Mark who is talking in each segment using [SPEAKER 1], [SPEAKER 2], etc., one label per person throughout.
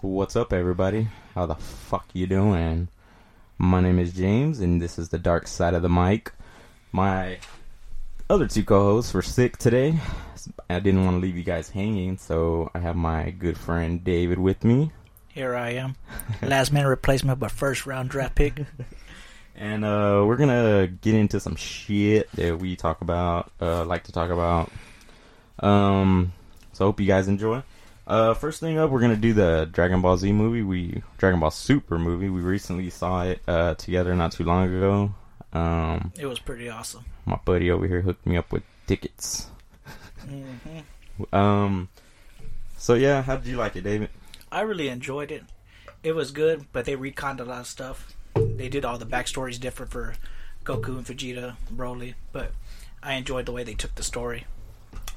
[SPEAKER 1] What's up, everybody? How the fuck you doing? My name is James, and this is the dark side of the mic. My other two co-hosts were sick today. I didn't want to leave you guys hanging, so I have my good friend David with me,
[SPEAKER 2] Here I am. Last minute replacement, but first round draft pick.
[SPEAKER 1] and uh, we're gonna get into some shit that we talk about, uh, like to talk about. Um, so I hope you guys enjoy. Uh, first thing up, we're gonna do the Dragon Ball Z movie. We Dragon Ball Super movie. We recently saw it uh, together not too long ago. Um,
[SPEAKER 2] It was pretty awesome.
[SPEAKER 1] my buddy over here hooked me up with tickets.
[SPEAKER 2] hmm
[SPEAKER 1] Um, so yeah, how did you like it, David?
[SPEAKER 2] I really enjoyed it. It was good, but they reconned a lot of stuff. They did all the backstories different for Goku and Vegeta, Broly, but I enjoyed the way they took the story.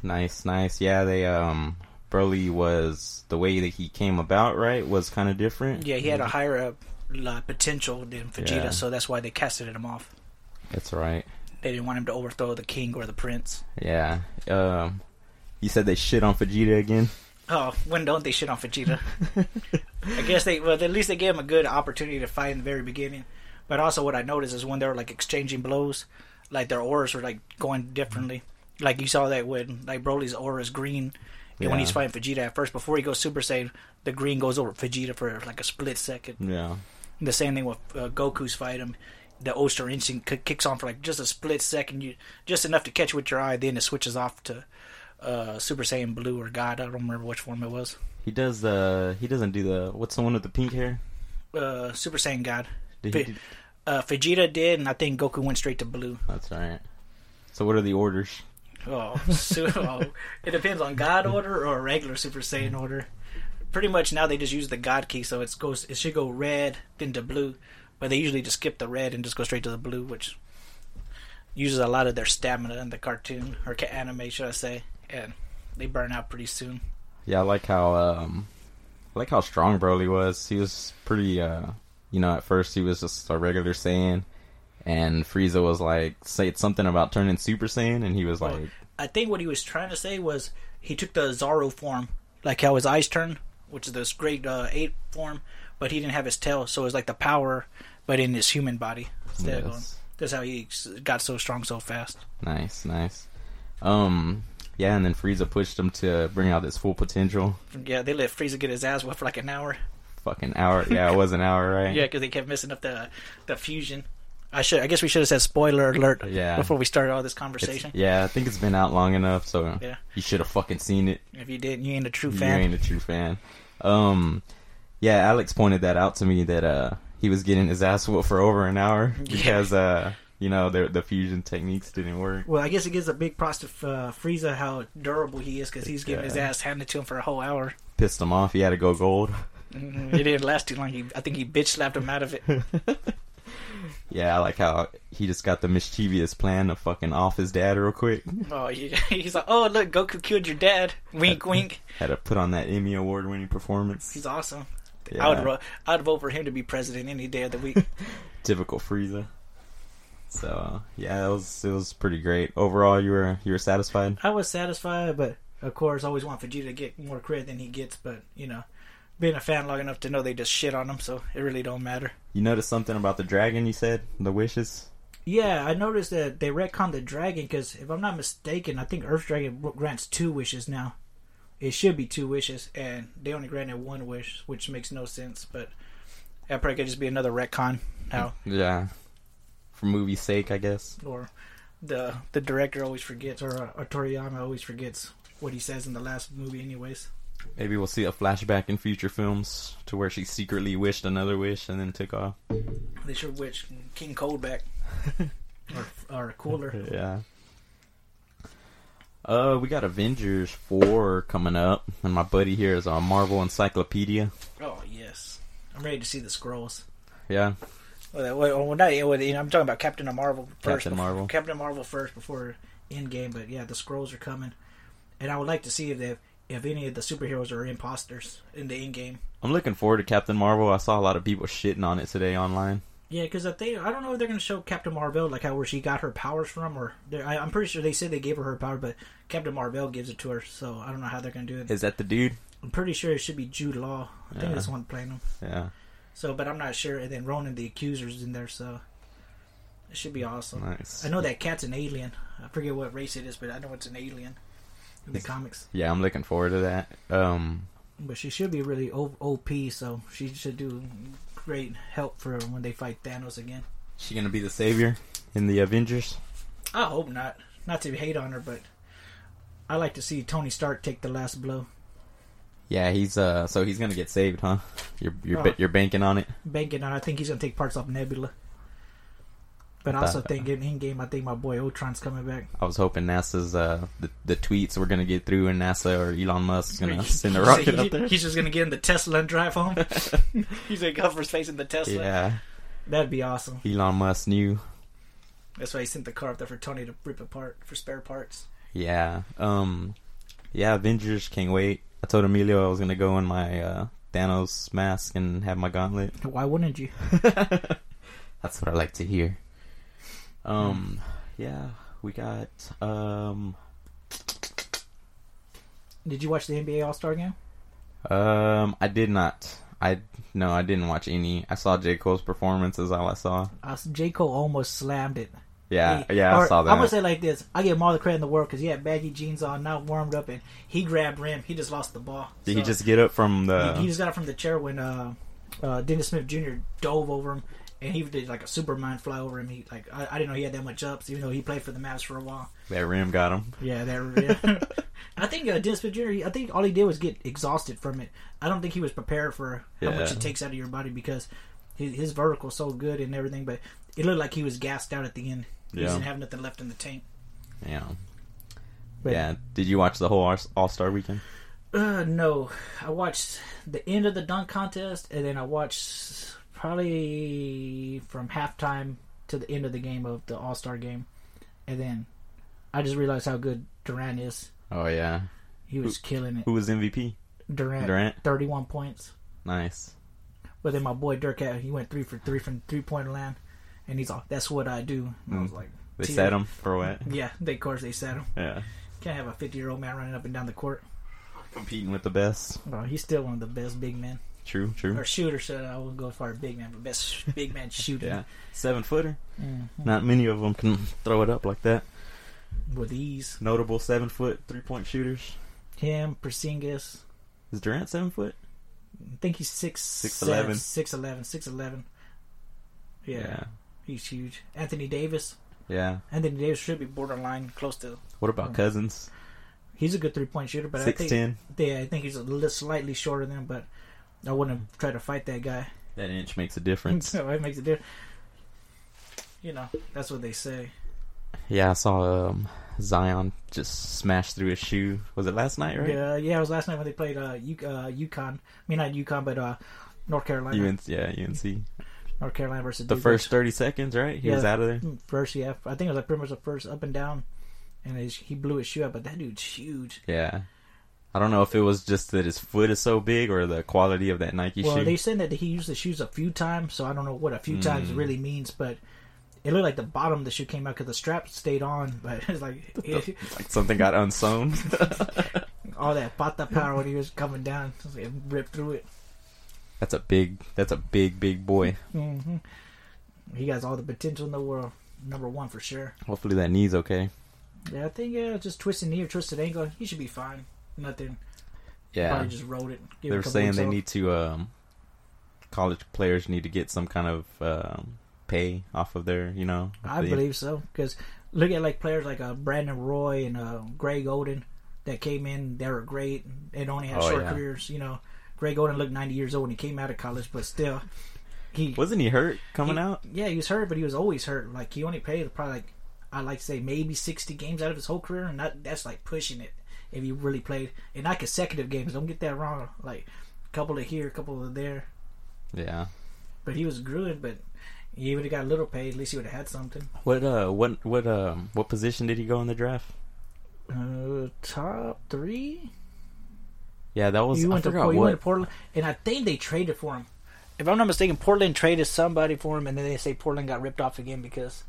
[SPEAKER 1] Nice, nice. Yeah, they um Broly was the way that he came about, right? Was kind of different.
[SPEAKER 2] Yeah, he had a higher uh, li- potential than Vegeta,
[SPEAKER 1] Mm-hmm. Yeah.
[SPEAKER 2] so that's why they casted him off.
[SPEAKER 1] That's right.
[SPEAKER 2] They didn't want him to overthrow the king or the prince.
[SPEAKER 1] Yeah. Um you said they shit on Vegeta again.
[SPEAKER 2] Oh, when don't they shit on Vegeta? I guess they well at least they gave him a good opportunity to fight in the very beginning. But also what I noticed is when they were like exchanging blows, like their auras were like going differently. Like you saw that when like Broly's aura is green and when
[SPEAKER 1] Yeah.
[SPEAKER 2] he's fighting Vegeta at first, before he goes Super Saiyan, the green goes over Vegeta for like a split second.
[SPEAKER 1] Yeah.
[SPEAKER 2] The same thing with uh, Goku's fight him. The Oster instinct ki- kicks on for like just a split second, you just enough to catch with your eye. Then it switches off to uh, Super Saiyan Blue or God. I don't remember which form it was.
[SPEAKER 1] He does the. He doesn't do the. What's the one with the pink hair?
[SPEAKER 2] Uh, Super Saiyan God.
[SPEAKER 1] Did he
[SPEAKER 2] Fi-
[SPEAKER 1] do-
[SPEAKER 2] Uh, Vegeta did, and I think Goku went straight to Blue.
[SPEAKER 1] that's right. So what are the orders?
[SPEAKER 2] Oh, so, oh. it depends on God order or regular Super Saiyan order. Pretty much now they just use the God key, so it goes. It should go red then to blue, but they usually just skip the red and just go straight to the blue, which uses a lot of their stamina in the cartoon or ca- anime, should I say? And they burn out pretty soon.
[SPEAKER 1] Yeah, I like how um I like how strong Broly was. He was pretty uh you know, at first he was just a regular Saiyan and Frieza was like said something about turning Super Saiyan and he was like
[SPEAKER 2] I think what he was trying to say was he took the Zaro form, like how his eyes turn, which is this great uh, ape form, but he didn't have his tail, so it was like the power, but in his human body. Instead of going-
[SPEAKER 1] Yes.
[SPEAKER 2] That's how he s- got so strong so fast.
[SPEAKER 1] nice, nice. Um yeah, and then Frieza pushed him to bring out his full potential.
[SPEAKER 2] Yeah, they let Frieza get his ass whipped for like an hour.
[SPEAKER 1] Fucking hour. Yeah, it was an hour, right?
[SPEAKER 2] Yeah, because they kept messing up the the fusion. I should. I guess we should have said spoiler alert
[SPEAKER 1] Yeah.
[SPEAKER 2] before we started all this
[SPEAKER 1] It's-
[SPEAKER 2] conversation.
[SPEAKER 1] yeah, I think it's been out long enough, so
[SPEAKER 2] Yeah.
[SPEAKER 1] you should have fucking seen it.
[SPEAKER 2] If you didn't, you ain't a true
[SPEAKER 1] You
[SPEAKER 2] fan.
[SPEAKER 1] ain't a true fan. Um, yeah, Alex pointed that out to me that uh, he was getting his ass whooped for over an hour because uh, you know the the fusion techniques didn't work.
[SPEAKER 2] Well, I guess it gives a big props to uh, Frieza how durable he is because he's getting his
[SPEAKER 1] Yeah.
[SPEAKER 2] ass handed to him for a whole hour.
[SPEAKER 1] Pissed him off. He had to go gold.
[SPEAKER 2] Mm, it didn't last too long. He, I think he bitch slapped him out of it.
[SPEAKER 1] Yeah, I like how he just got the mischievous plan to fucking off his dad real quick.
[SPEAKER 2] Oh, he, he's like, oh look, Goku killed your dad. Wink, wink.
[SPEAKER 1] Had to put on that Emmy award winning performance.
[SPEAKER 2] He's awesome.
[SPEAKER 1] Yeah,
[SPEAKER 2] I would, ro- I'd vote for him to be president any day of the week.
[SPEAKER 1] typical Frieza. So uh, yeah, it was it was pretty great overall. You were you were satisfied.
[SPEAKER 2] I was satisfied, but of course, I always want Vegeta to get more credit than he gets. But you know, being a fan long enough to know they just shit on him, so it really don't matter.
[SPEAKER 1] You noticed something about the dragon. You said the wishes.
[SPEAKER 2] Yeah, I noticed that they retconned the dragon because if I'm not mistaken, I think Earth Dragon grants two wishes now. It should be two wishes, and they only granted one wish, which makes no sense. But that probably could just be another retcon now,
[SPEAKER 1] Yeah. For movie's sake, I guess.
[SPEAKER 2] or the the director always forgets, or, uh, or Toriyama always forgets what he says in the last movie, anyways.
[SPEAKER 1] Maybe we'll see a flashback in future films to where she secretly wished another wish and then took off.
[SPEAKER 2] They should wish King Cold back, or or cooler.
[SPEAKER 1] Yeah. Uh, we got Avengers 4 coming up, and my buddy here is on Marvel Encyclopedia.
[SPEAKER 2] Oh yes, I'm ready to see the scrolls.
[SPEAKER 1] Yeah.
[SPEAKER 2] Well, well, well, not, well, you know, I'm talking about Captain Marvel first.
[SPEAKER 1] Captain
[SPEAKER 2] bef-
[SPEAKER 1] Marvel.
[SPEAKER 2] Captain Marvel first before Endgame, but yeah, the scrolls are coming, and I would like to see if they, if any of the superheroes are imposters in the Endgame.
[SPEAKER 1] I'm looking forward to Captain Marvel. I saw a lot of people shitting on it today online.
[SPEAKER 2] Yeah, because I think I don't know if they're going to show Captain Marvel like how where she got her powers from, or they're- I, I'm pretty sure they said they gave her her power, but Captain Marvel gives it to her, so I don't know how they're going to do it.
[SPEAKER 1] Is that the dude?
[SPEAKER 2] I'm pretty sure it should be Jude Law. I
[SPEAKER 1] Yeah.
[SPEAKER 2] think that's the one playing him.
[SPEAKER 1] Yeah,
[SPEAKER 2] So, but I'm not sure. And then Ronan the Accuser's in there, so it should be awesome.
[SPEAKER 1] nice.
[SPEAKER 2] I know that cat's an alien. I forget what race it is, but I know it's an alien in the
[SPEAKER 1] It's-
[SPEAKER 2] comics.
[SPEAKER 1] Yeah, I'm looking forward to that. Um,
[SPEAKER 2] But she should be really O- OP, so she should do great help for when they fight Thanos again.
[SPEAKER 1] she gonna be the savior in the Avengers.
[SPEAKER 2] I hope not. Not to hate on her, but I like to see Tony Stark take the last blow.
[SPEAKER 1] Yeah, he's uh, so he's gonna get saved, huh? You're you're ba-
[SPEAKER 2] Uh-huh.
[SPEAKER 1] you're banking on it.
[SPEAKER 2] Banking on, I think he's gonna take parts off Nebula. But I also
[SPEAKER 1] That-
[SPEAKER 2] think in Endgame, I think my boy Ultron's coming back.
[SPEAKER 1] I was hoping NASA's uh, the, the tweets were gonna get through, and NASA or Elon Musk's gonna send a
[SPEAKER 2] He's like-
[SPEAKER 1] rocket up there.
[SPEAKER 2] He's just gonna get in the Tesla and drive home. he's gonna go for space in the Tesla.
[SPEAKER 1] Yeah,
[SPEAKER 2] That'd be awesome.
[SPEAKER 1] Elon Musk knew.
[SPEAKER 2] That's why he sent the car up there for Tony to rip apart for spare parts.
[SPEAKER 1] Yeah. Um yeah, Avengers can't wait. I told Emilio I was gonna go in my uh Thanos mask and have my gauntlet.
[SPEAKER 2] Why wouldn't you?
[SPEAKER 1] That's what I like to hear. Um yeah, we got um
[SPEAKER 2] Did you watch the NBA All Star game?
[SPEAKER 1] um I did not I no, I didn't watch any. I saw J. Cole's performance is all I saw.
[SPEAKER 2] Uh, J Cole almost slammed it.
[SPEAKER 1] Yeah,
[SPEAKER 2] He-
[SPEAKER 1] yeah, I
[SPEAKER 2] or
[SPEAKER 1] saw
[SPEAKER 2] I'm gonna
[SPEAKER 1] that.
[SPEAKER 2] say it like this: I give him all the credit in the world because he had baggy jeans on, not warmed up, and he grabbed rim. He just lost the ball.
[SPEAKER 1] Did
[SPEAKER 2] So,
[SPEAKER 1] he just uh, get up from the
[SPEAKER 2] he- he just got it from the chair when uh, uh, Dennis Smith Jr. dove over him, and he did like a Superman fly over him. He like I, I didn't know he had that much ups, even though he played for the Mavs for a while.
[SPEAKER 1] that rim got him?
[SPEAKER 2] Yeah, that. Yeah. I think uh, Dennis Smith Jr. he- I think all he did was get exhausted from it. I don't think he was prepared for how much
[SPEAKER 1] Yeah.
[SPEAKER 2] it takes out of your body because his, his vertical's so good and everything, but it looked like he was gassed out at the end. He
[SPEAKER 1] Yeah.
[SPEAKER 2] doesn't have nothing left in the tank.
[SPEAKER 1] Yeah.
[SPEAKER 2] But-
[SPEAKER 1] yeah. Did you watch the whole All Star weekend?
[SPEAKER 2] Uh, no, I watched the end of the dunk contest, and then I watched probably from halftime to the end of the game of the All Star game, and then I just realized how good Durant is.
[SPEAKER 1] Oh yeah.
[SPEAKER 2] He was killing it.
[SPEAKER 1] Who was MVP?
[SPEAKER 2] Durant,
[SPEAKER 1] Durant?
[SPEAKER 2] thirty-one points.
[SPEAKER 1] Nice.
[SPEAKER 2] But then my boy Dirk, had- he went three for three from three-point land, and he's like, "That's what I do." And I was
[SPEAKER 1] Mm.
[SPEAKER 2] like,
[SPEAKER 1] They
[SPEAKER 2] Teal.
[SPEAKER 1] set him for what?
[SPEAKER 2] "Yeah, they of course they set him.
[SPEAKER 1] Yeah.
[SPEAKER 2] Can't have a fifty-year-old man running up and down the court.
[SPEAKER 1] Competing with the best.
[SPEAKER 2] Well, he's still one of the best big men."
[SPEAKER 1] True, true.
[SPEAKER 2] or shooter. So I wouldn't go as far as big man, but best big man shooter.
[SPEAKER 1] Yeah. Seven footer.
[SPEAKER 2] Mhm.
[SPEAKER 1] Not many of them can throw it up like that.
[SPEAKER 2] With ease,
[SPEAKER 1] Notable seven foot three point shooters.
[SPEAKER 2] him, Porzingis.
[SPEAKER 1] Is Durant seven foot?
[SPEAKER 2] I think he's six,
[SPEAKER 1] 6'11.
[SPEAKER 2] six eleven, six eleven. Yeah, he's huge. Anthony Davis.
[SPEAKER 1] Yeah.
[SPEAKER 2] Anthony Davis should be borderline close to.
[SPEAKER 1] What about Cousins?
[SPEAKER 2] He's a good three point shooter, but I
[SPEAKER 1] Six
[SPEAKER 2] think
[SPEAKER 1] ten.
[SPEAKER 2] yeah, I think he's a little slightly shorter than him, but. I wouldn't try to fight that guy.
[SPEAKER 1] That inch makes a difference.
[SPEAKER 2] so it makes a difference. You know, that's what they say.
[SPEAKER 1] yeah, I saw um, Zion just smash through his shoe. Was it last night, right?
[SPEAKER 2] Yeah, yeah. It was last night when they played uh, U- uh UConn. I mean, not UConn, but uh, North Carolina.
[SPEAKER 1] UNC, yeah, UNC.
[SPEAKER 2] North Carolina versus
[SPEAKER 1] The
[SPEAKER 2] Duke.
[SPEAKER 1] first 30 seconds, right? He was
[SPEAKER 2] Yeah.
[SPEAKER 1] out of there.
[SPEAKER 2] first, yeah, I think it was like pretty much the first up and down, and his, he blew his shoe out. But that dude's huge.
[SPEAKER 1] Yeah. I don't know if it was just that his foot is so big or the quality of that Nike
[SPEAKER 2] well,
[SPEAKER 1] shoe.
[SPEAKER 2] they said that he used the shoes a few times, so I don't know what a few times
[SPEAKER 1] Mm.
[SPEAKER 2] really means, but. It looked like the bottom of the shoe came out because the strap stayed on, but it's like it-
[SPEAKER 1] like something got unsewn.
[SPEAKER 2] all that pata power when he was coming down, it ripped through it.
[SPEAKER 1] That's a big. That's a big, big boy.
[SPEAKER 2] hmm He has all the potential in the world, number one for sure.
[SPEAKER 1] Hopefully that knee's okay.
[SPEAKER 2] Yeah, I think yeah, just twisted knee or twisted ankle, he should be fine. Nothing.
[SPEAKER 1] Yeah,
[SPEAKER 2] Probably just rolled it. Give it a
[SPEAKER 1] they're
[SPEAKER 2] couple
[SPEAKER 1] saying
[SPEAKER 2] weeks
[SPEAKER 1] they
[SPEAKER 2] off.
[SPEAKER 1] need to. Um, college players need to get some kind of um, pay off of their. You know,
[SPEAKER 2] I
[SPEAKER 1] the-
[SPEAKER 2] believe so because look at like players like uh, Brandon Roy and uh, Greg Oden that came in. They were great and only had
[SPEAKER 1] Oh,
[SPEAKER 2] short
[SPEAKER 1] yeah.
[SPEAKER 2] careers. You know, Greg Oden looked 90 years old when he came out of college, but still, he
[SPEAKER 1] Wasn't he hurt coming
[SPEAKER 2] he-
[SPEAKER 1] out?
[SPEAKER 2] Yeah, he was hurt, but he was always hurt. Like he only played probably like I like to say maybe 60 games out of his whole career, and that, that's like pushing it if he really played and not consecutive games. Don't get that wrong. Like a couple of here, a couple of there,
[SPEAKER 1] Yeah.
[SPEAKER 2] but he was grueling. But he would have got a little pay. At least he would have had something.
[SPEAKER 1] What uh? What what um? What position did he go in the draft?
[SPEAKER 2] Uh, top three.
[SPEAKER 1] Yeah, that was.
[SPEAKER 2] You
[SPEAKER 1] I
[SPEAKER 2] went, to,
[SPEAKER 1] forgot
[SPEAKER 2] Port- you
[SPEAKER 1] what.
[SPEAKER 2] went to Portland, and I think they traded for him. If I'm not mistaken, Portland traded somebody for him, and then they say Portland got ripped off again because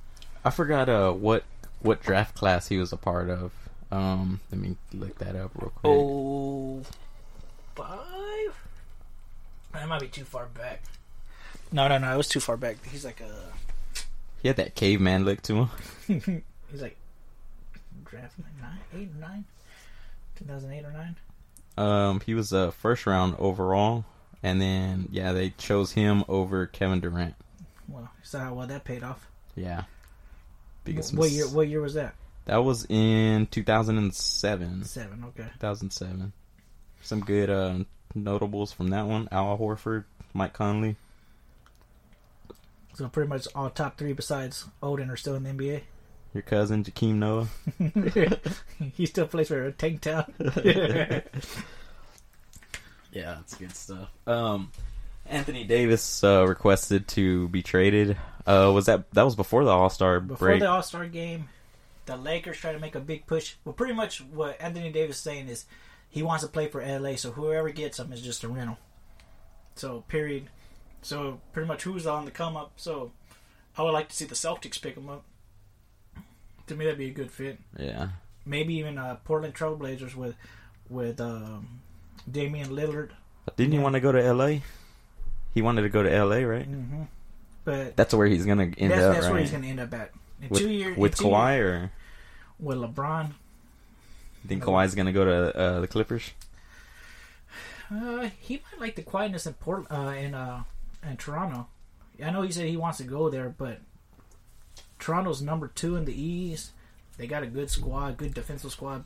[SPEAKER 1] I forgot uh what what draft class he was a part of. Um, let me look that up real quick.
[SPEAKER 2] oh, five. That might be too far back. No, no, no. It was too far back. He's like a.
[SPEAKER 1] He had that caveman look to him.
[SPEAKER 2] He's like draft like nine, eight or nine, two thousand eight or nine.
[SPEAKER 1] Um, he was a first round overall, and then yeah, they chose him over Kevin Durant.
[SPEAKER 2] Well, so how well that paid off.
[SPEAKER 1] Yeah,
[SPEAKER 2] What,
[SPEAKER 1] because
[SPEAKER 2] what year? What year was that?
[SPEAKER 1] that was in 2007.
[SPEAKER 2] Seven. Okay.
[SPEAKER 1] 2007. Some good um, notables from that one: Al Horford, Mike Conley.
[SPEAKER 2] So pretty much all top three besides Odin are still in the
[SPEAKER 1] Your cousin Jakeem Noah.
[SPEAKER 2] NBA. he still plays for Tank Town.
[SPEAKER 1] Yeah, that's good stuff. Um, Anthony Davis uh, requested to be traded. Uh, was that that was before the All Star
[SPEAKER 2] Before
[SPEAKER 1] break?
[SPEAKER 2] the All Star game, the Lakers try to make a big push. Well, pretty much what Anthony Davis is saying is he wants to play for LA, so whoever gets him is just a rental. So, period. So, pretty much who's on the come up. So, I would like to see the Celtics pick him up. To me, that'd be a good fit.
[SPEAKER 1] yeah,
[SPEAKER 2] Maybe even uh, Portland Trailblazers with with um, Damian Lillard.
[SPEAKER 1] didn't he
[SPEAKER 2] Yeah.
[SPEAKER 1] want to go to L.A.? He wanted to go to L.A. Right?
[SPEAKER 2] hmm But
[SPEAKER 1] That's where he's gonna end
[SPEAKER 2] that's,
[SPEAKER 1] up.
[SPEAKER 2] that's
[SPEAKER 1] right?
[SPEAKER 2] where he's going to end up at. In
[SPEAKER 1] with,
[SPEAKER 2] two years
[SPEAKER 1] with Kawhi, or
[SPEAKER 2] with LeBron,
[SPEAKER 1] you think
[SPEAKER 2] Okay.
[SPEAKER 1] Kawhi's gonna go to uh, the Clippers?
[SPEAKER 2] Uh, he might like the quietness in Port uh, in uh, in Toronto. I know he said he wants to go there, but Toronto's number two in the East. They got a good squad, good defensive squad.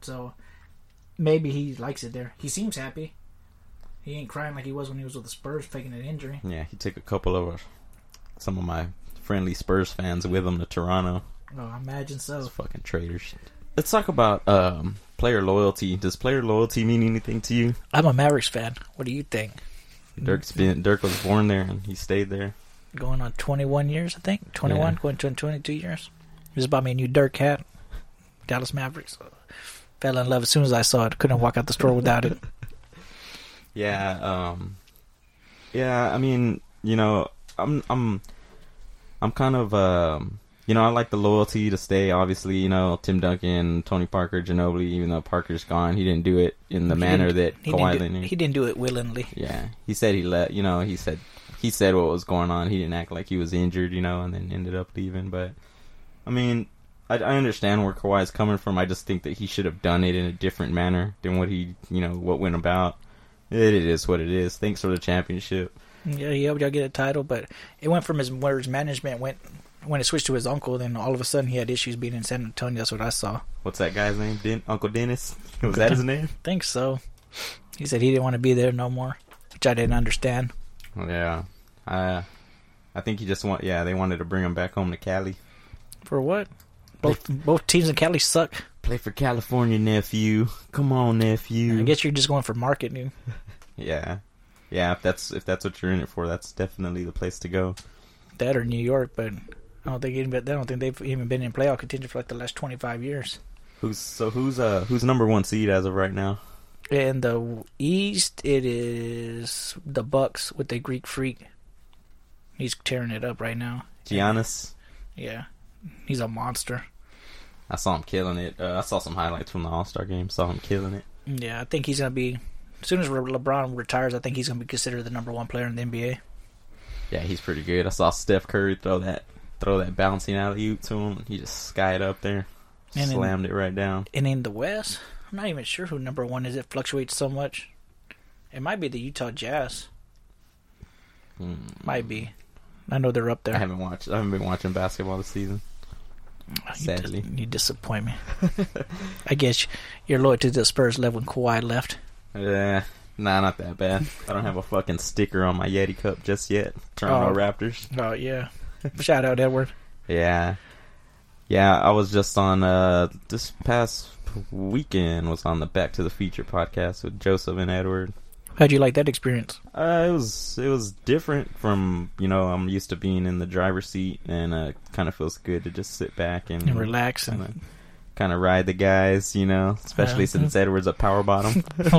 [SPEAKER 2] So maybe he likes it there. He seems happy. He ain't crying like he was when he was with the Spurs, faking an injury.
[SPEAKER 1] Yeah, he took a couple of some of my friendly Spurs fans with him to Toronto.
[SPEAKER 2] Oh, I imagine
[SPEAKER 1] Those
[SPEAKER 2] so.
[SPEAKER 1] fucking traitors. Let's talk about um, player loyalty. Does player loyalty mean anything to you?
[SPEAKER 2] I'm a Mavericks fan. What do you think?
[SPEAKER 1] Dirk's been Dirk was born there and he stayed there.
[SPEAKER 2] Going on 21 years, I think.
[SPEAKER 1] 21,
[SPEAKER 2] going to 22 years. Just bought me a new Dirk hat. Dallas Mavericks. Fell in love as soon as I saw it. Couldn't walk out the store without it.
[SPEAKER 1] Yeah, um Yeah, I mean, you know, I'm I'm I'm kind of um you know, I like the loyalty to stay, obviously, you know, Tim Duncan, Tony Parker, Ginobili, even though Parker's gone, he didn't do it in the
[SPEAKER 2] He
[SPEAKER 1] manner that
[SPEAKER 2] didn't- he
[SPEAKER 1] Kawhi
[SPEAKER 2] didn't do,
[SPEAKER 1] did.
[SPEAKER 2] He didn't do it willingly.
[SPEAKER 1] Yeah, he said he let you know. He said he said what was going on. He didn't act like he was injured, you know, and then ended up leaving. But I mean, I, I understand where Kawhi is coming from. I just think that he should have done it in a different manner than what he you know what went about. It, it is what it is. Thanks for the championship.
[SPEAKER 2] Yeah, he helped y'all get a title, but it went from his where his management went when it switched to his uncle. Then all of a sudden he had issues being in San Antonio. That's what I saw.
[SPEAKER 1] What's that guy's name? Den- Uncle Dennis? Was that his name?
[SPEAKER 2] think so. He said he didn't want to be there no more, which I didn't understand.
[SPEAKER 1] Yeah. Uh, I think he just want. Yeah, they wanted to bring him back home to Cali.
[SPEAKER 2] For what? Both both teams in Cali suck.
[SPEAKER 1] Play for California, nephew. Come on, nephew.
[SPEAKER 2] I guess you're just going for marketing.
[SPEAKER 1] Yeah, yeah. If that's if that's what you're in it for, that's definitely the place to go.
[SPEAKER 2] That or New York, but I don't think anybody, I don't think they've even been in playoff contention for like the last twenty five years.
[SPEAKER 1] Who's so who's uh who's number one seed as of right now?
[SPEAKER 2] In the East, it is the Bucks with the Greek Freak. He's tearing it up right now.
[SPEAKER 1] Giannis.
[SPEAKER 2] Yeah, he's a monster.
[SPEAKER 1] I saw him killing it. Uh, I saw some highlights from the All Star game. Saw him killing it.
[SPEAKER 2] Yeah, I think he's gonna be. As soon as Re- LeBron retires, I think he's gonna be considered the number one player in the NBA.
[SPEAKER 1] Yeah, he's pretty good. I saw Steph Curry throw that throw that bouncing alley oop to him. He just skied up there,
[SPEAKER 2] And in-
[SPEAKER 1] slammed it right down.
[SPEAKER 2] And in the West, I'm not even sure who number one is. It fluctuates so much. It might be the Utah Jazz.
[SPEAKER 1] Hmm.
[SPEAKER 2] Might be. I know they're up
[SPEAKER 1] I
[SPEAKER 2] there.
[SPEAKER 1] haven't watched. I haven't been watching basketball this season.
[SPEAKER 2] You,
[SPEAKER 1] Sadly.
[SPEAKER 2] dis- you disappoint me. I guess you're loyal to the Spurs left when Kawhi left.
[SPEAKER 1] Yeah. Nah, not that bad. I don't have a fucking sticker on my Yeti cup just yet. Toronto
[SPEAKER 2] Oh.
[SPEAKER 1] Raptors.
[SPEAKER 2] Oh yeah. Shout out Edward.
[SPEAKER 1] Yeah. Yeah, I was just on uh this past weekend was on the Back to the Future podcast with Joseph and Edward.
[SPEAKER 2] How'd you like that experience?
[SPEAKER 1] Uh, it was it was different from, you know, I'm used to being in the driver's seat and uh kind of feels good to just sit back and,
[SPEAKER 2] And relax and
[SPEAKER 1] Kinda, kind of ride the guys, you know, especially
[SPEAKER 2] Yeah.
[SPEAKER 1] since Edward's a power bottom.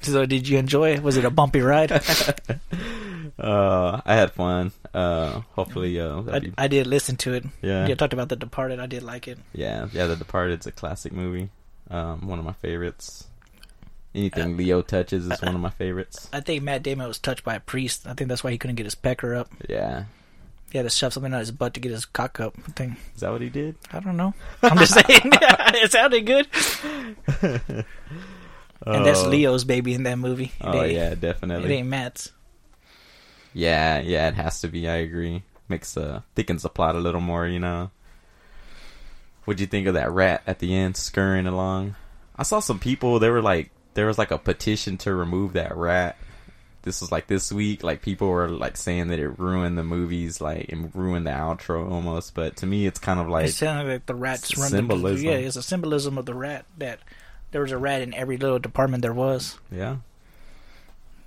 [SPEAKER 2] so did you enjoy it? Was it a bumpy ride?
[SPEAKER 1] uh, I had fun. Uh, hopefully, uh, that'd
[SPEAKER 2] I,
[SPEAKER 1] be,
[SPEAKER 2] I did listen to it.
[SPEAKER 1] yeah,
[SPEAKER 2] You talked about The Departed. I did like it.
[SPEAKER 1] Yeah, yeah, The Departed's a classic movie. Um, one of my favorites.
[SPEAKER 2] Uh,
[SPEAKER 1] Anything Leo touches is one of my favorites.
[SPEAKER 2] I think Matt Damon was touched by a priest. I think that's why he couldn't get his pecker up.
[SPEAKER 1] Yeah.
[SPEAKER 2] He had to shove something out his butt to get his cock up. I think.
[SPEAKER 1] Is that what he did?
[SPEAKER 2] I don't know. I'm just saying. it sounded good. and that's
[SPEAKER 1] Oh.
[SPEAKER 2] Leo's baby in that movie. It
[SPEAKER 1] Oh
[SPEAKER 2] ain't-
[SPEAKER 1] yeah,
[SPEAKER 2] It
[SPEAKER 1] definitely.
[SPEAKER 2] ain't Matt's.
[SPEAKER 1] Yeah, yeah, it has to be. I agree. Makes uh thickens the plot a little more, you know. What'd you think of that rat at the end scurrying along? I saw some people. They were like, there was like a petition to remove that rat. This was like this week. Like people were like saying that it ruined the movies, like it ruined the outro almost. But to me, it's kind of
[SPEAKER 2] It
[SPEAKER 1] like
[SPEAKER 2] sounded like the rats run the
[SPEAKER 1] Symbolism.
[SPEAKER 2] Yeah, it's a symbolism of the rat that there was a rat in every little department there was.
[SPEAKER 1] yeah,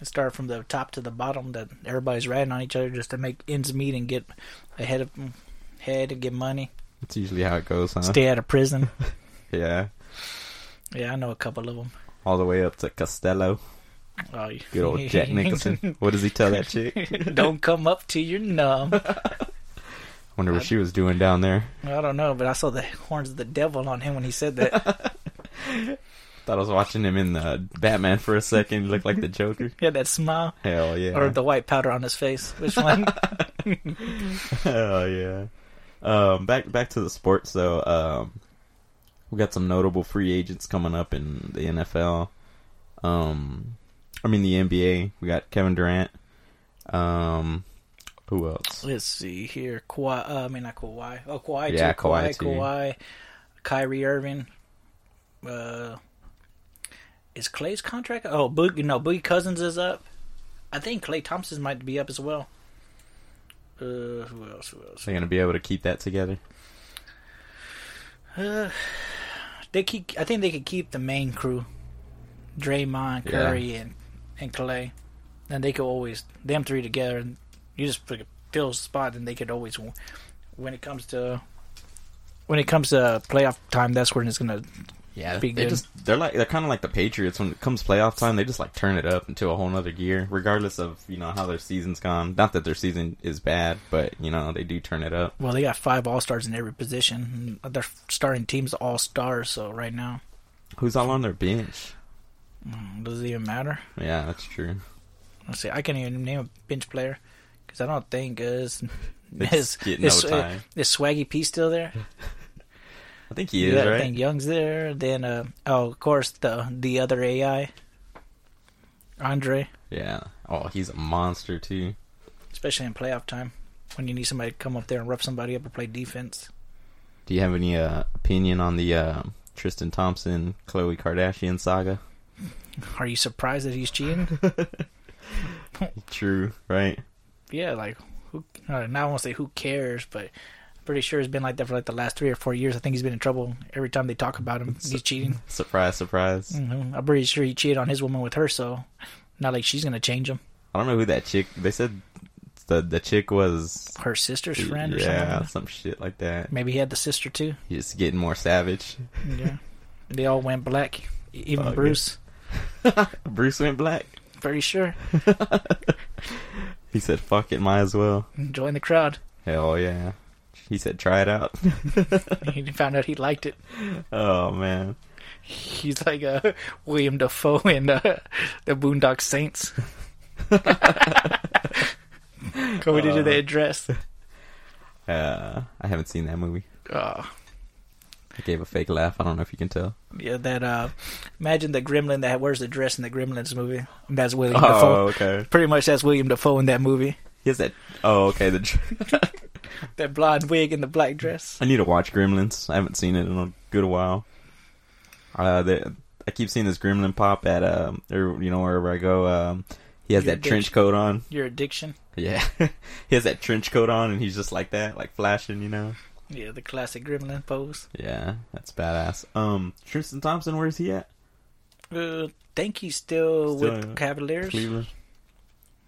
[SPEAKER 2] It started from the top to the bottom that everybody's ratting on each other just to make ends meet and get ahead of head and get money,
[SPEAKER 1] that's usually how it goes, huh?
[SPEAKER 2] stay out of prison.
[SPEAKER 1] yeah,
[SPEAKER 2] yeah, I know a couple of them.
[SPEAKER 1] all the way up to Costello,
[SPEAKER 2] Oh,
[SPEAKER 1] good old Jack Nicholson. what does he tell that chick?
[SPEAKER 2] Don't come up to your numb.
[SPEAKER 1] Wonder what she was doing down there.
[SPEAKER 2] I don't know, but I saw the horns of the devil on him when he said that.
[SPEAKER 1] Thought I was watching him in uh, Batman for a second. He looked like the Joker.
[SPEAKER 2] he had that smile
[SPEAKER 1] Hell yeah.
[SPEAKER 2] or the white powder on his face. Which one?
[SPEAKER 1] Hell yeah. Um, back back to the sports though. Um, we got some notable free agents coming up in the NFL. Um, I mean the NBA. We got Kevin Durant. Um, who else?
[SPEAKER 2] Let's see here. Kawhi, uh, I mean, not Kawhi. Oh, Kawhi,
[SPEAKER 1] Yeah,
[SPEAKER 2] too. Kawhi,
[SPEAKER 1] Kawhi, too.
[SPEAKER 2] Kawhi, Kyrie Irving. Uh, is Clay's contract? Oh, Boogie, no, Boogie Cousins is up. I think Clay Thompson might be up as well. Uh, who else? Who else?
[SPEAKER 1] They're gonna be able to keep that together.
[SPEAKER 2] Uh, they keep. I think they could keep the main crew, Draymond,
[SPEAKER 1] Yeah.
[SPEAKER 2] Curry, and and Clay, and they could always them three together. And you just pick a- fill a spot, and they could always. win. When it comes to when it comes to playoff time, that's when it's gonna.
[SPEAKER 1] Yeah,
[SPEAKER 2] Be
[SPEAKER 1] they
[SPEAKER 2] good.
[SPEAKER 1] just they're like they're kind of like the Patriots when it comes playoff time. They just like turn it up into a whole nother gear, regardless of you know how their season's gone. Not that their season is bad, but you know they do turn it up.
[SPEAKER 2] Well, they got five all stars in every position. and Their starting team's all stars, so right now
[SPEAKER 1] Who's all on their bench?
[SPEAKER 2] mm, does it even matter?
[SPEAKER 1] Yeah, that's true.
[SPEAKER 2] Let's see. I can't even name a bench player because I don't think is
[SPEAKER 1] They
[SPEAKER 2] is
[SPEAKER 1] get no
[SPEAKER 2] is, uh,
[SPEAKER 1] time.
[SPEAKER 2] is Swaggy P still there?
[SPEAKER 1] I think he is
[SPEAKER 2] yeah, I
[SPEAKER 1] right.
[SPEAKER 2] think Young's there. Then, uh, oh, of course, the the other AI, Andre,
[SPEAKER 1] Yeah. Oh, he's a monster too.
[SPEAKER 2] especially in playoff time when you need somebody to come up there and rough somebody up and play defense.
[SPEAKER 1] Do you have any uh, opinion on the uh, Tristan Thompson, Khloe Kardashian saga?
[SPEAKER 2] Are you surprised that he's cheating?
[SPEAKER 1] True, right?
[SPEAKER 2] yeah, like who? Uh, now I won't say who cares, but I'm pretty sure it's been like that for like the last three or four years. I think he's been in trouble every time they talk about him. He's cheating.
[SPEAKER 1] Surprise, surprise.
[SPEAKER 2] hmm I'm pretty sure he cheated on his woman with her, so not like she's gonna change him.
[SPEAKER 1] I don't know who that chick. They said the the chick was
[SPEAKER 2] Her sister's friend or something.
[SPEAKER 1] yeah,
[SPEAKER 2] like that.
[SPEAKER 1] some shit like that.
[SPEAKER 2] Maybe he had the sister too.
[SPEAKER 1] He's just getting more savage.
[SPEAKER 2] Yeah. They all went black. e-, Even
[SPEAKER 1] Oh, yeah.
[SPEAKER 2] Bruce.
[SPEAKER 1] Bruce went black.
[SPEAKER 2] Pretty sure.
[SPEAKER 1] He said, "Fuck it, might as well."
[SPEAKER 2] Joined the crowd.
[SPEAKER 1] Hell yeah. He said, "Try it out."
[SPEAKER 2] He found out he liked it.
[SPEAKER 1] oh man.
[SPEAKER 2] He's like uh, William Dafoe in uh, the Boondock Saints. Going into their dress.
[SPEAKER 1] Uh, I haven't seen that movie.
[SPEAKER 2] Oh,
[SPEAKER 1] I gave a fake laugh. I don't know if you can tell.
[SPEAKER 2] yeah, that. Uh, imagine the gremlin that wears the dress in the Gremlins movie. That's William
[SPEAKER 1] Oh.
[SPEAKER 2] Dafoe.
[SPEAKER 1] okay.
[SPEAKER 2] Pretty much that's William Dafoe in that movie.
[SPEAKER 1] He has that. Oh, okay. The dr-
[SPEAKER 2] That blonde wig and the black dress.
[SPEAKER 1] I need to watch Gremlins. I haven't seen it in a good while. Uh, they, I keep seeing this Gremlin pop at um, or you know wherever I go. Um, he has
[SPEAKER 2] Your
[SPEAKER 1] that trench coat on.
[SPEAKER 2] Your addiction.
[SPEAKER 1] Yeah, he has that trench coat on, and he's just like that, like flashing. You know.
[SPEAKER 2] Yeah, the classic gremlin pose.
[SPEAKER 1] Yeah, that's badass. Um, Tristan Thompson, where's he at?
[SPEAKER 2] Uh, think he's still,
[SPEAKER 1] Still
[SPEAKER 2] with
[SPEAKER 1] in
[SPEAKER 2] Cavaliers.
[SPEAKER 1] Cleveland.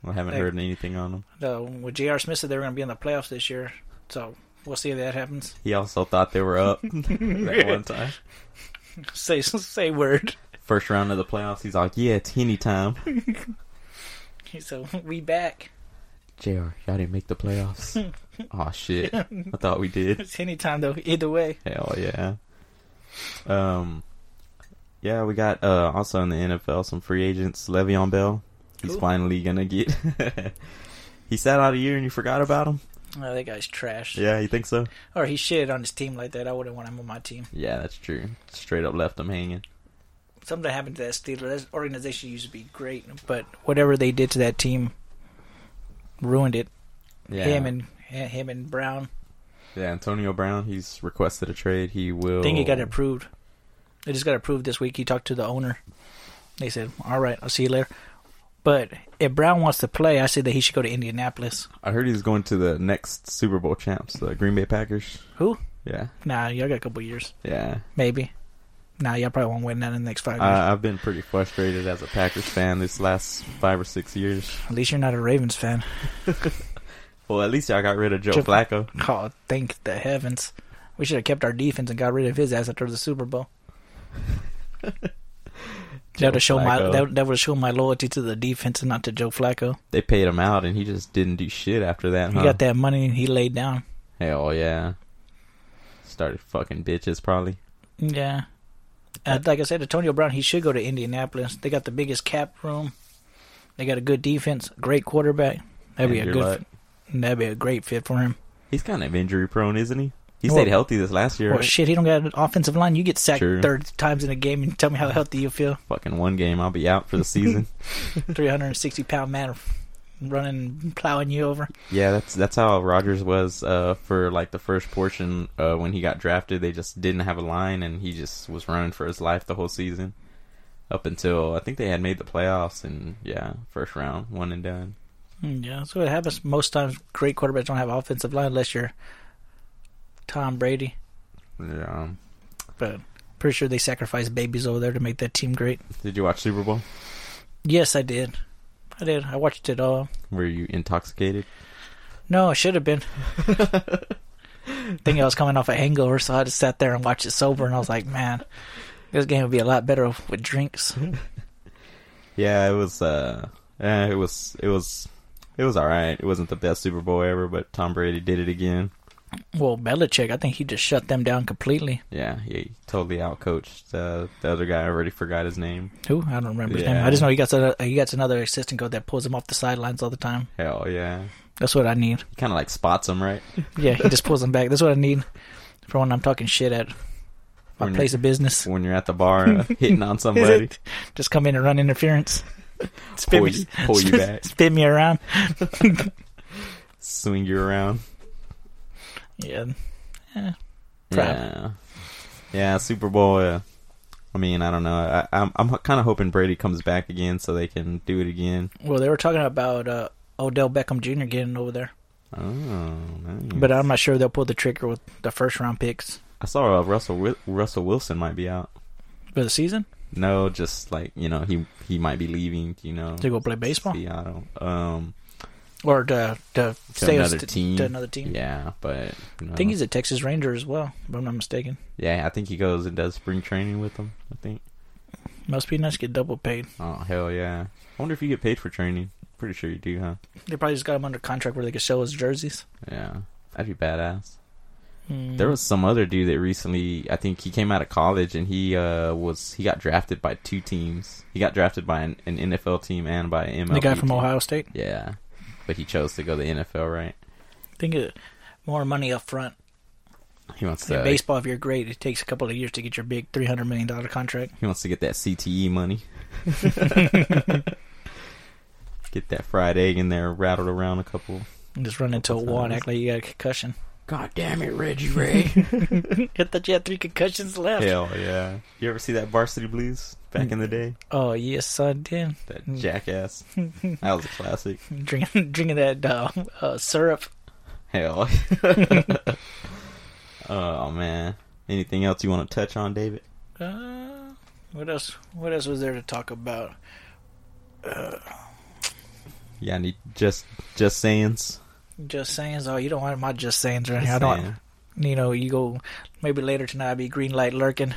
[SPEAKER 1] I haven't
[SPEAKER 2] Hey.
[SPEAKER 1] heard anything on him.
[SPEAKER 2] Uh, with J.R. Smith said they were going to be in the playoffs this year, so we'll see if that happens.
[SPEAKER 1] He also thought they were up that one time.
[SPEAKER 2] Say say word.
[SPEAKER 1] First round of the playoffs, he's like, "Yeah, it's any time."
[SPEAKER 2] So we back.
[SPEAKER 1] Jr. Y'all didn't make the playoffs. oh shit! I thought we did.
[SPEAKER 2] It's anytime though. Either way,
[SPEAKER 1] Hell yeah. Um, yeah, we got uh, also in the NFL some free agents. Le'Veon Bell, he's
[SPEAKER 2] Cool.
[SPEAKER 1] finally gonna get. he sat out a year and you forgot about him.
[SPEAKER 2] Oh, that guy's trash.
[SPEAKER 1] Yeah, you think so?
[SPEAKER 2] Or he shitted on his team like that. I wouldn't want him on my team.
[SPEAKER 1] Yeah, that's true. Straight up left him hanging.
[SPEAKER 2] Something happened to that Steelers. That organization used to be great, but whatever they did to that team ruined it.
[SPEAKER 1] Yeah,
[SPEAKER 2] Him and him and Brown.
[SPEAKER 1] yeah, Antonio Brown. He's requested a trade. He will.
[SPEAKER 2] I think it got approved. It just got approved this week. He talked to the owner. They said, "All right, I'll see you later." But if Brown wants to play, I say that he should go to Indianapolis.
[SPEAKER 1] I heard he's going to the next Super Bowl champs, the Green Bay Packers.
[SPEAKER 2] Who?
[SPEAKER 1] Yeah,
[SPEAKER 2] Nah, y'all got a couple years,
[SPEAKER 1] yeah.
[SPEAKER 2] maybe. Nah, y'all probably won't win that in the next five years.
[SPEAKER 1] I I've been pretty frustrated as a Packers fan this last five or six years.
[SPEAKER 2] At least you're not a Ravens fan.
[SPEAKER 1] Well, at least I got rid of Joe
[SPEAKER 2] Joe-
[SPEAKER 1] Flacco.
[SPEAKER 2] Oh, thank the heavens. We should have kept our defense and got rid of his ass after the Super Bowl. that
[SPEAKER 1] Joe
[SPEAKER 2] would show my
[SPEAKER 1] Flacco.
[SPEAKER 2] that, that would show my loyalty to the defense and not to Joe Flacco.
[SPEAKER 1] They paid him out, and he just didn't do shit after that.
[SPEAKER 2] He
[SPEAKER 1] Huh?
[SPEAKER 2] got that money and he laid down.
[SPEAKER 1] Hell yeah. Started fucking bitches probably.
[SPEAKER 2] Yeah. Uh, like I said, Antonio Brown, he should go to Indianapolis. They got the biggest cap room. They got a good defense, great quarterback. That'd be a
[SPEAKER 1] Andrew
[SPEAKER 2] good.
[SPEAKER 1] Luck.
[SPEAKER 2] That'd be a great fit for him.
[SPEAKER 1] He's kind of injury prone, isn't he? He
[SPEAKER 2] Well-
[SPEAKER 1] stayed healthy this last year.
[SPEAKER 2] Well,
[SPEAKER 1] right?
[SPEAKER 2] shit, he don't got an offensive line. You get sacked
[SPEAKER 1] True.
[SPEAKER 2] thirty times in a game, and tell me how healthy you feel.
[SPEAKER 1] Fucking one game, I'll be out for the season.
[SPEAKER 2] Three hundred and sixty pound man running, plowing you over.
[SPEAKER 1] yeah, that's that's how Rodgers was uh, for like the first portion uh, when he got drafted. They just didn't have a line, and he just was running for his life the whole season. Up until I think they had made the playoffs, and yeah, first round, one and done.
[SPEAKER 2] Mm, Yeah, that's what happens most times. Great quarterbacks don't have offensive line unless you're Tom Brady.
[SPEAKER 1] Yeah. um,
[SPEAKER 2] But pretty sure they sacrificed babies over there to make that team great.
[SPEAKER 1] Did you watch Super Bowl?
[SPEAKER 2] Yes, I did. I did. I watched it all.
[SPEAKER 1] Were you intoxicated?
[SPEAKER 2] No, I should have been. Thinking I was coming off a hangover, so I just sat there and watched it sober, and I was like, man, this game would be a lot better with drinks.
[SPEAKER 1] Yeah, it was. Uh, eh, it was. It was. It was all right. It wasn't the best Super Bowl ever, but Tom Brady did it again.
[SPEAKER 2] Well, Belichick, I think he just shut them down completely.
[SPEAKER 1] Yeah, he totally outcoached uh, the other guy. I already forgot his name.
[SPEAKER 2] Who? I don't remember his name.
[SPEAKER 1] Yeah.
[SPEAKER 2] I just know he got to, he got another assistant coach that pulls him off the sidelines all the time.
[SPEAKER 1] Hell yeah,
[SPEAKER 2] That's what I need.
[SPEAKER 1] he kind of like spots him right.
[SPEAKER 2] Yeah, he just pulls them back. That's what I need for when I'm talking shit at my
[SPEAKER 1] When
[SPEAKER 2] place of business.
[SPEAKER 1] When you're at the bar uh, hitting on somebody,
[SPEAKER 2] Just come in and run interference. Spin
[SPEAKER 1] pull,
[SPEAKER 2] me,
[SPEAKER 1] you, pull you back,
[SPEAKER 2] spin me around.
[SPEAKER 1] swing you around.
[SPEAKER 2] Yeah, Crap.
[SPEAKER 1] Yeah, yeah, Super Bowl. Uh, I mean, I don't know. I, I'm I'm kind of hoping Brady comes back again so they can do it again.
[SPEAKER 2] Well, they were talking about uh, Odell Beckham Jr. getting over there,
[SPEAKER 1] Oh, nice.
[SPEAKER 2] but um, I'm not sure they'll pull the trigger with the first round picks
[SPEAKER 1] I saw uh, Russell Wi- Russell Wilson might be out.
[SPEAKER 2] for the season
[SPEAKER 1] No, just like you know, he he might be leaving. You know,
[SPEAKER 2] to go play baseball
[SPEAKER 1] Seattle. Um,
[SPEAKER 2] or to to,
[SPEAKER 1] To
[SPEAKER 2] stay
[SPEAKER 1] another
[SPEAKER 2] to,
[SPEAKER 1] team.
[SPEAKER 2] To another team.
[SPEAKER 1] yeah, uh-huh. but you know,
[SPEAKER 2] I think he's a Texas Ranger as well, if I'm not mistaken.
[SPEAKER 1] yeah, I think he goes and does spring training with them. I think.
[SPEAKER 2] Must be nice to get double paid.
[SPEAKER 1] Oh hell yeah! I wonder if you get paid for training. Pretty sure you do, huh?
[SPEAKER 2] They probably just got him under contract where they could sell his jerseys.
[SPEAKER 1] Yeah, that'd be badass.
[SPEAKER 2] Mm.
[SPEAKER 1] There was some other dude that recently, I think he came out of college and he uh was he got drafted by two teams. He got drafted by an, an NFL team and by an MLB.
[SPEAKER 2] the guy from
[SPEAKER 1] team.
[SPEAKER 2] Ohio State.
[SPEAKER 1] Yeah, but he chose to go to the NFL, right?
[SPEAKER 2] Think of more money up front.
[SPEAKER 1] He wants
[SPEAKER 2] In
[SPEAKER 1] to
[SPEAKER 2] baseball, if you're great, it takes a couple of years to get your big three hundred million dollar contract.
[SPEAKER 1] He wants to get that CTE money. get that fried egg in there, rattled around a couple.
[SPEAKER 2] And just run into a wall and act like you got a concussion.
[SPEAKER 1] God damn it, Reggie Ray.
[SPEAKER 2] Hit that you had three concussions left.
[SPEAKER 1] Hell yeah. You ever see that Varsity Blues back in the day?
[SPEAKER 2] Oh yes, I did.
[SPEAKER 1] That
[SPEAKER 2] Mm.
[SPEAKER 1] jackass. That was a classic.
[SPEAKER 2] Drinking drinking that uh, uh, syrup.
[SPEAKER 1] Hell. oh man. Anything else you want to touch on, David?
[SPEAKER 2] Uh, what else? What else was there to talk about? Uh,
[SPEAKER 1] Yeah, I need just just sayings.
[SPEAKER 2] Just sayings. Oh, you don't want my just sayings right
[SPEAKER 1] Just
[SPEAKER 2] here. I don't.
[SPEAKER 1] saying.
[SPEAKER 2] You know, you go maybe later tonight. I'll be green light lurking.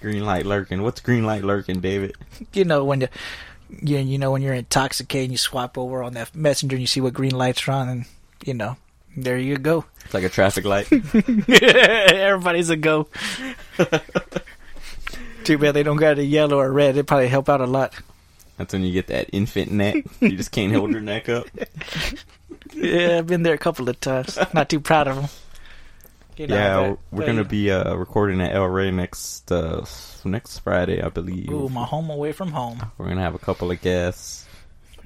[SPEAKER 1] Green light lurking. What's green light lurking, David?
[SPEAKER 2] You know when you. You, you know when you're intoxicated and you swipe over on that messenger and you see what green lights are on and you know there you go
[SPEAKER 1] It's like a traffic light.
[SPEAKER 2] everybody's a go Too bad they don't got a yellow or red. It'd probably help out a lot.
[SPEAKER 1] That's when you get that infant neck. You just can't hold your neck up.
[SPEAKER 2] Yeah, I've been there a couple of times. Not too proud of them. You know,
[SPEAKER 1] yeah,
[SPEAKER 2] but-
[SPEAKER 1] we're- we're
[SPEAKER 2] but,
[SPEAKER 1] gonna
[SPEAKER 2] you know.
[SPEAKER 1] be uh, recording at El Rey next uh, next Friday, I believe.
[SPEAKER 2] Ooh, my home away from home.
[SPEAKER 1] We're gonna have a couple of guests.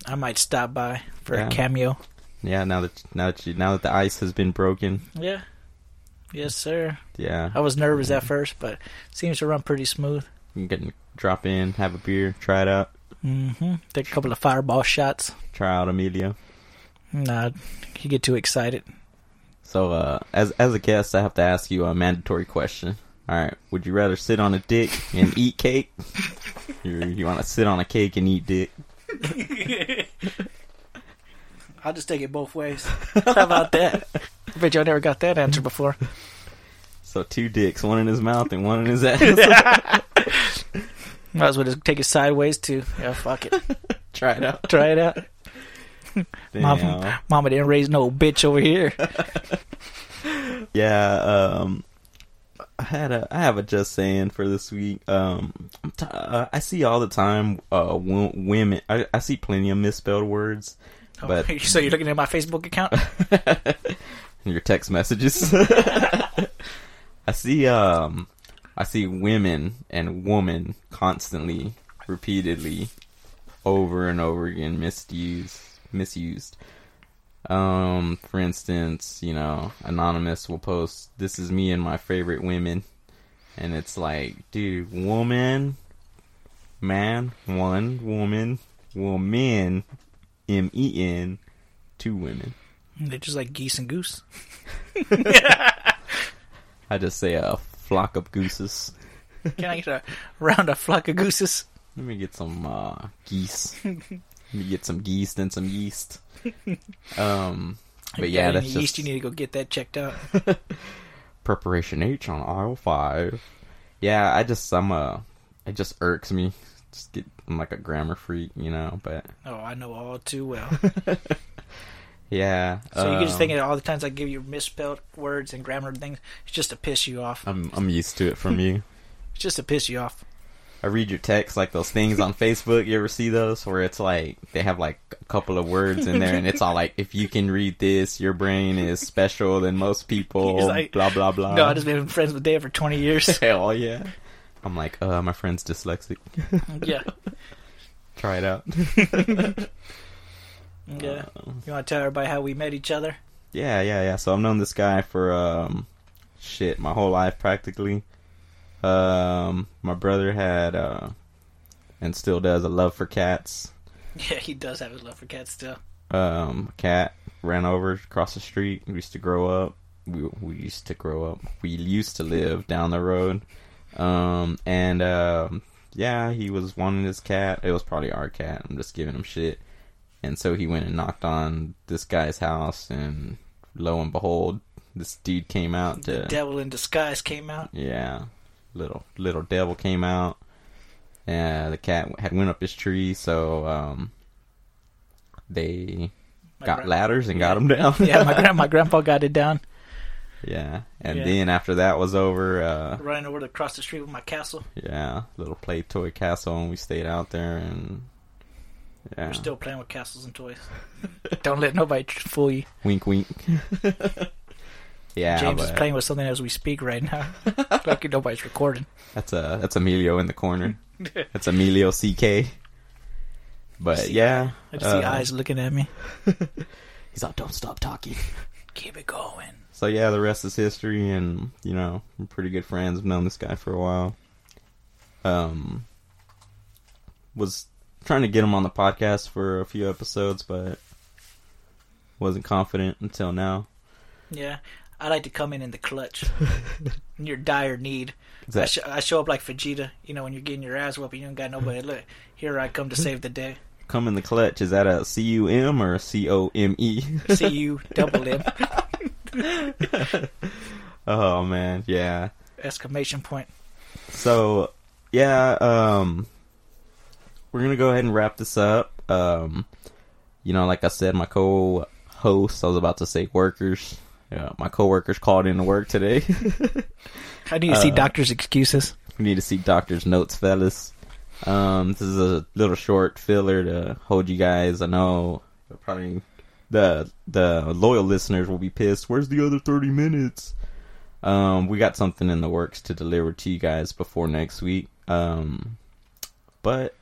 [SPEAKER 2] I might stop by for
[SPEAKER 1] Yeah.
[SPEAKER 2] a cameo.
[SPEAKER 1] Yeah, now that now that you, now that the ice has been broken,
[SPEAKER 2] Yeah. Yes, sir.
[SPEAKER 1] yeah,
[SPEAKER 2] I was nervous at first, but seems to run pretty smooth.
[SPEAKER 1] you can drop in, have a beer, try it out,
[SPEAKER 2] Mm-hmm. Take a couple of fireball shots.
[SPEAKER 1] try out Emilio.
[SPEAKER 2] Nah, you get too excited.
[SPEAKER 1] So, uh, as as a guest, I have to ask you a mandatory question. All right, would you rather sit on a dick and eat cake? you you want to sit on a cake and eat dick?
[SPEAKER 2] I'll just take it both ways. How about that? I bet y'all never got that answer before.
[SPEAKER 1] So two dicks, one in his mouth and one in his ass.
[SPEAKER 2] Might as well just take it sideways too. Yeah, fuck it.
[SPEAKER 1] try it out.
[SPEAKER 2] Try it out.
[SPEAKER 1] Damn.
[SPEAKER 2] Mama, mama didn't raise no bitch over here.
[SPEAKER 1] Yeah, um, I had a I have a just saying for this week. Um, I'm t- uh, I see all the time uh wo- women. I, I see plenty of misspelled words. But-
[SPEAKER 2] Oh, so you're looking at my Facebook account?
[SPEAKER 1] in your text messages. I see um, I see women and woman constantly, repeatedly, over and over again misused, misused. Um, for instance, you know, anonymous will post, "This is me and my favorite women," and it's like, dude, woman, man, one woman, woman, m e n, two women.
[SPEAKER 2] They're just like geese and goose.
[SPEAKER 1] I just say a flock of gooses.
[SPEAKER 2] Can I get a round of flock of gooses?
[SPEAKER 1] Let me get some uh, geese. Let me get some geese and some yeast. Um, but yeah,
[SPEAKER 2] Any
[SPEAKER 1] that's just
[SPEAKER 2] yeast, you need to go get that checked out.
[SPEAKER 1] preparation H on aisle five. Yeah, I just I'm uh, it just irks me. Just get I'm like a grammar freak, you know. But
[SPEAKER 2] Oh, I know all too well.
[SPEAKER 1] yeah,
[SPEAKER 2] So you can just
[SPEAKER 1] um,
[SPEAKER 2] think of all the times I give you misspelled words and grammar and things. It's just to piss you off.
[SPEAKER 1] I'm I'm used to it from you.
[SPEAKER 2] It's just to piss you off.
[SPEAKER 1] I read your text like those things on Facebook. You ever see those where it's like they have like a couple of words in there, and it's all like, if you can read this, your brain is special than most people.
[SPEAKER 2] He's like,
[SPEAKER 1] blah blah blah.
[SPEAKER 2] no, I've just been friends with Dave for 20 years.
[SPEAKER 1] hell yeah. I'm like, uh, my friend's dyslexic.
[SPEAKER 2] yeah.
[SPEAKER 1] Try it out.
[SPEAKER 2] Yeah.
[SPEAKER 1] Uh,
[SPEAKER 2] You want to tell everybody how we met each other?
[SPEAKER 1] yeah, yeah, yeah. So I've known this guy for um, shit, my whole life practically. Um, my brother had uh, and still does a love for cats.
[SPEAKER 2] Yeah, he does have his love for cats still.
[SPEAKER 1] um, a cat ran over across the street. We used to grow up. We we used to grow up. We used to live down the road. Um, and um, yeah, he was wanting his cat. It was probably our cat. I'm just giving him shit. And so he went and knocked on this guy's house, and lo and behold, this dude came out
[SPEAKER 2] The
[SPEAKER 1] to
[SPEAKER 2] Devil in Disguise came out.
[SPEAKER 1] yeah, little little devil came out. Uh, the cat had went up his tree, so um, they
[SPEAKER 2] My
[SPEAKER 1] got
[SPEAKER 2] gran-
[SPEAKER 1] ladders and got him down.
[SPEAKER 2] yeah, my, grand- my grandpa got it down.
[SPEAKER 1] yeah. And
[SPEAKER 2] Yeah.
[SPEAKER 1] then after that was over, uh,
[SPEAKER 2] Running over to across the street with my castle.
[SPEAKER 1] yeah, little play toy castle, and we stayed out there and yeah,
[SPEAKER 2] We're still playing with castles and toys. Don't let nobody tr- fool you.
[SPEAKER 1] wink wink. yeah,
[SPEAKER 2] James is
[SPEAKER 1] but
[SPEAKER 2] playing with something as we speak right now. Lucky nobody's recording.
[SPEAKER 1] that's a that's Emilio in the corner. that's Emilio CK. But
[SPEAKER 2] See,
[SPEAKER 1] yeah,
[SPEAKER 2] I just see
[SPEAKER 1] uh,
[SPEAKER 2] eyes looking at me.
[SPEAKER 1] He's like, don't stop talking.
[SPEAKER 2] Keep it going.
[SPEAKER 1] So yeah, the rest is history, and you know, we're pretty good friends. I've known this guy for a while. Um, was trying to get him on the podcast for a few episodes, but wasn't confident until now.
[SPEAKER 2] Yeah, I like to come in in the clutch. in your dire need.
[SPEAKER 1] Is
[SPEAKER 2] I,
[SPEAKER 1] that-
[SPEAKER 2] sh- I show up like Vegeta, you know, when you're getting your ass whooped and you don't got nobody. Look, here I come to save the day.
[SPEAKER 1] come in the clutch. Is that a C U M or C O M E?
[SPEAKER 2] See you, double M,
[SPEAKER 1] Oh man, yeah.
[SPEAKER 2] exclamation point.
[SPEAKER 1] So, yeah, um, we're gonna go ahead and wrap this up. Um, you know, like I said, my co-hosts, I was about to say workers. Yeah, my co-workers called in to work today.
[SPEAKER 2] I need to see
[SPEAKER 1] Uh,
[SPEAKER 2] doctor's excuses.
[SPEAKER 1] We need to seek doctor's notes, fellas. Um, this is a little short filler to hold you guys. I know probably the the loyal listeners will be pissed. Where's the other thirty minutes? Um, we got something in the works to deliver to you guys before next week. Um, but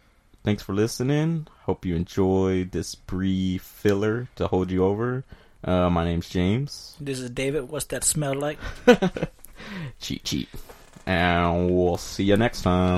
[SPEAKER 1] thanks for listening. Hope you enjoyed this brief filler to hold you over. Uh, my name's James.
[SPEAKER 2] This is David. What's that smell like?
[SPEAKER 1] Cheat, cheat. And we'll see you next time.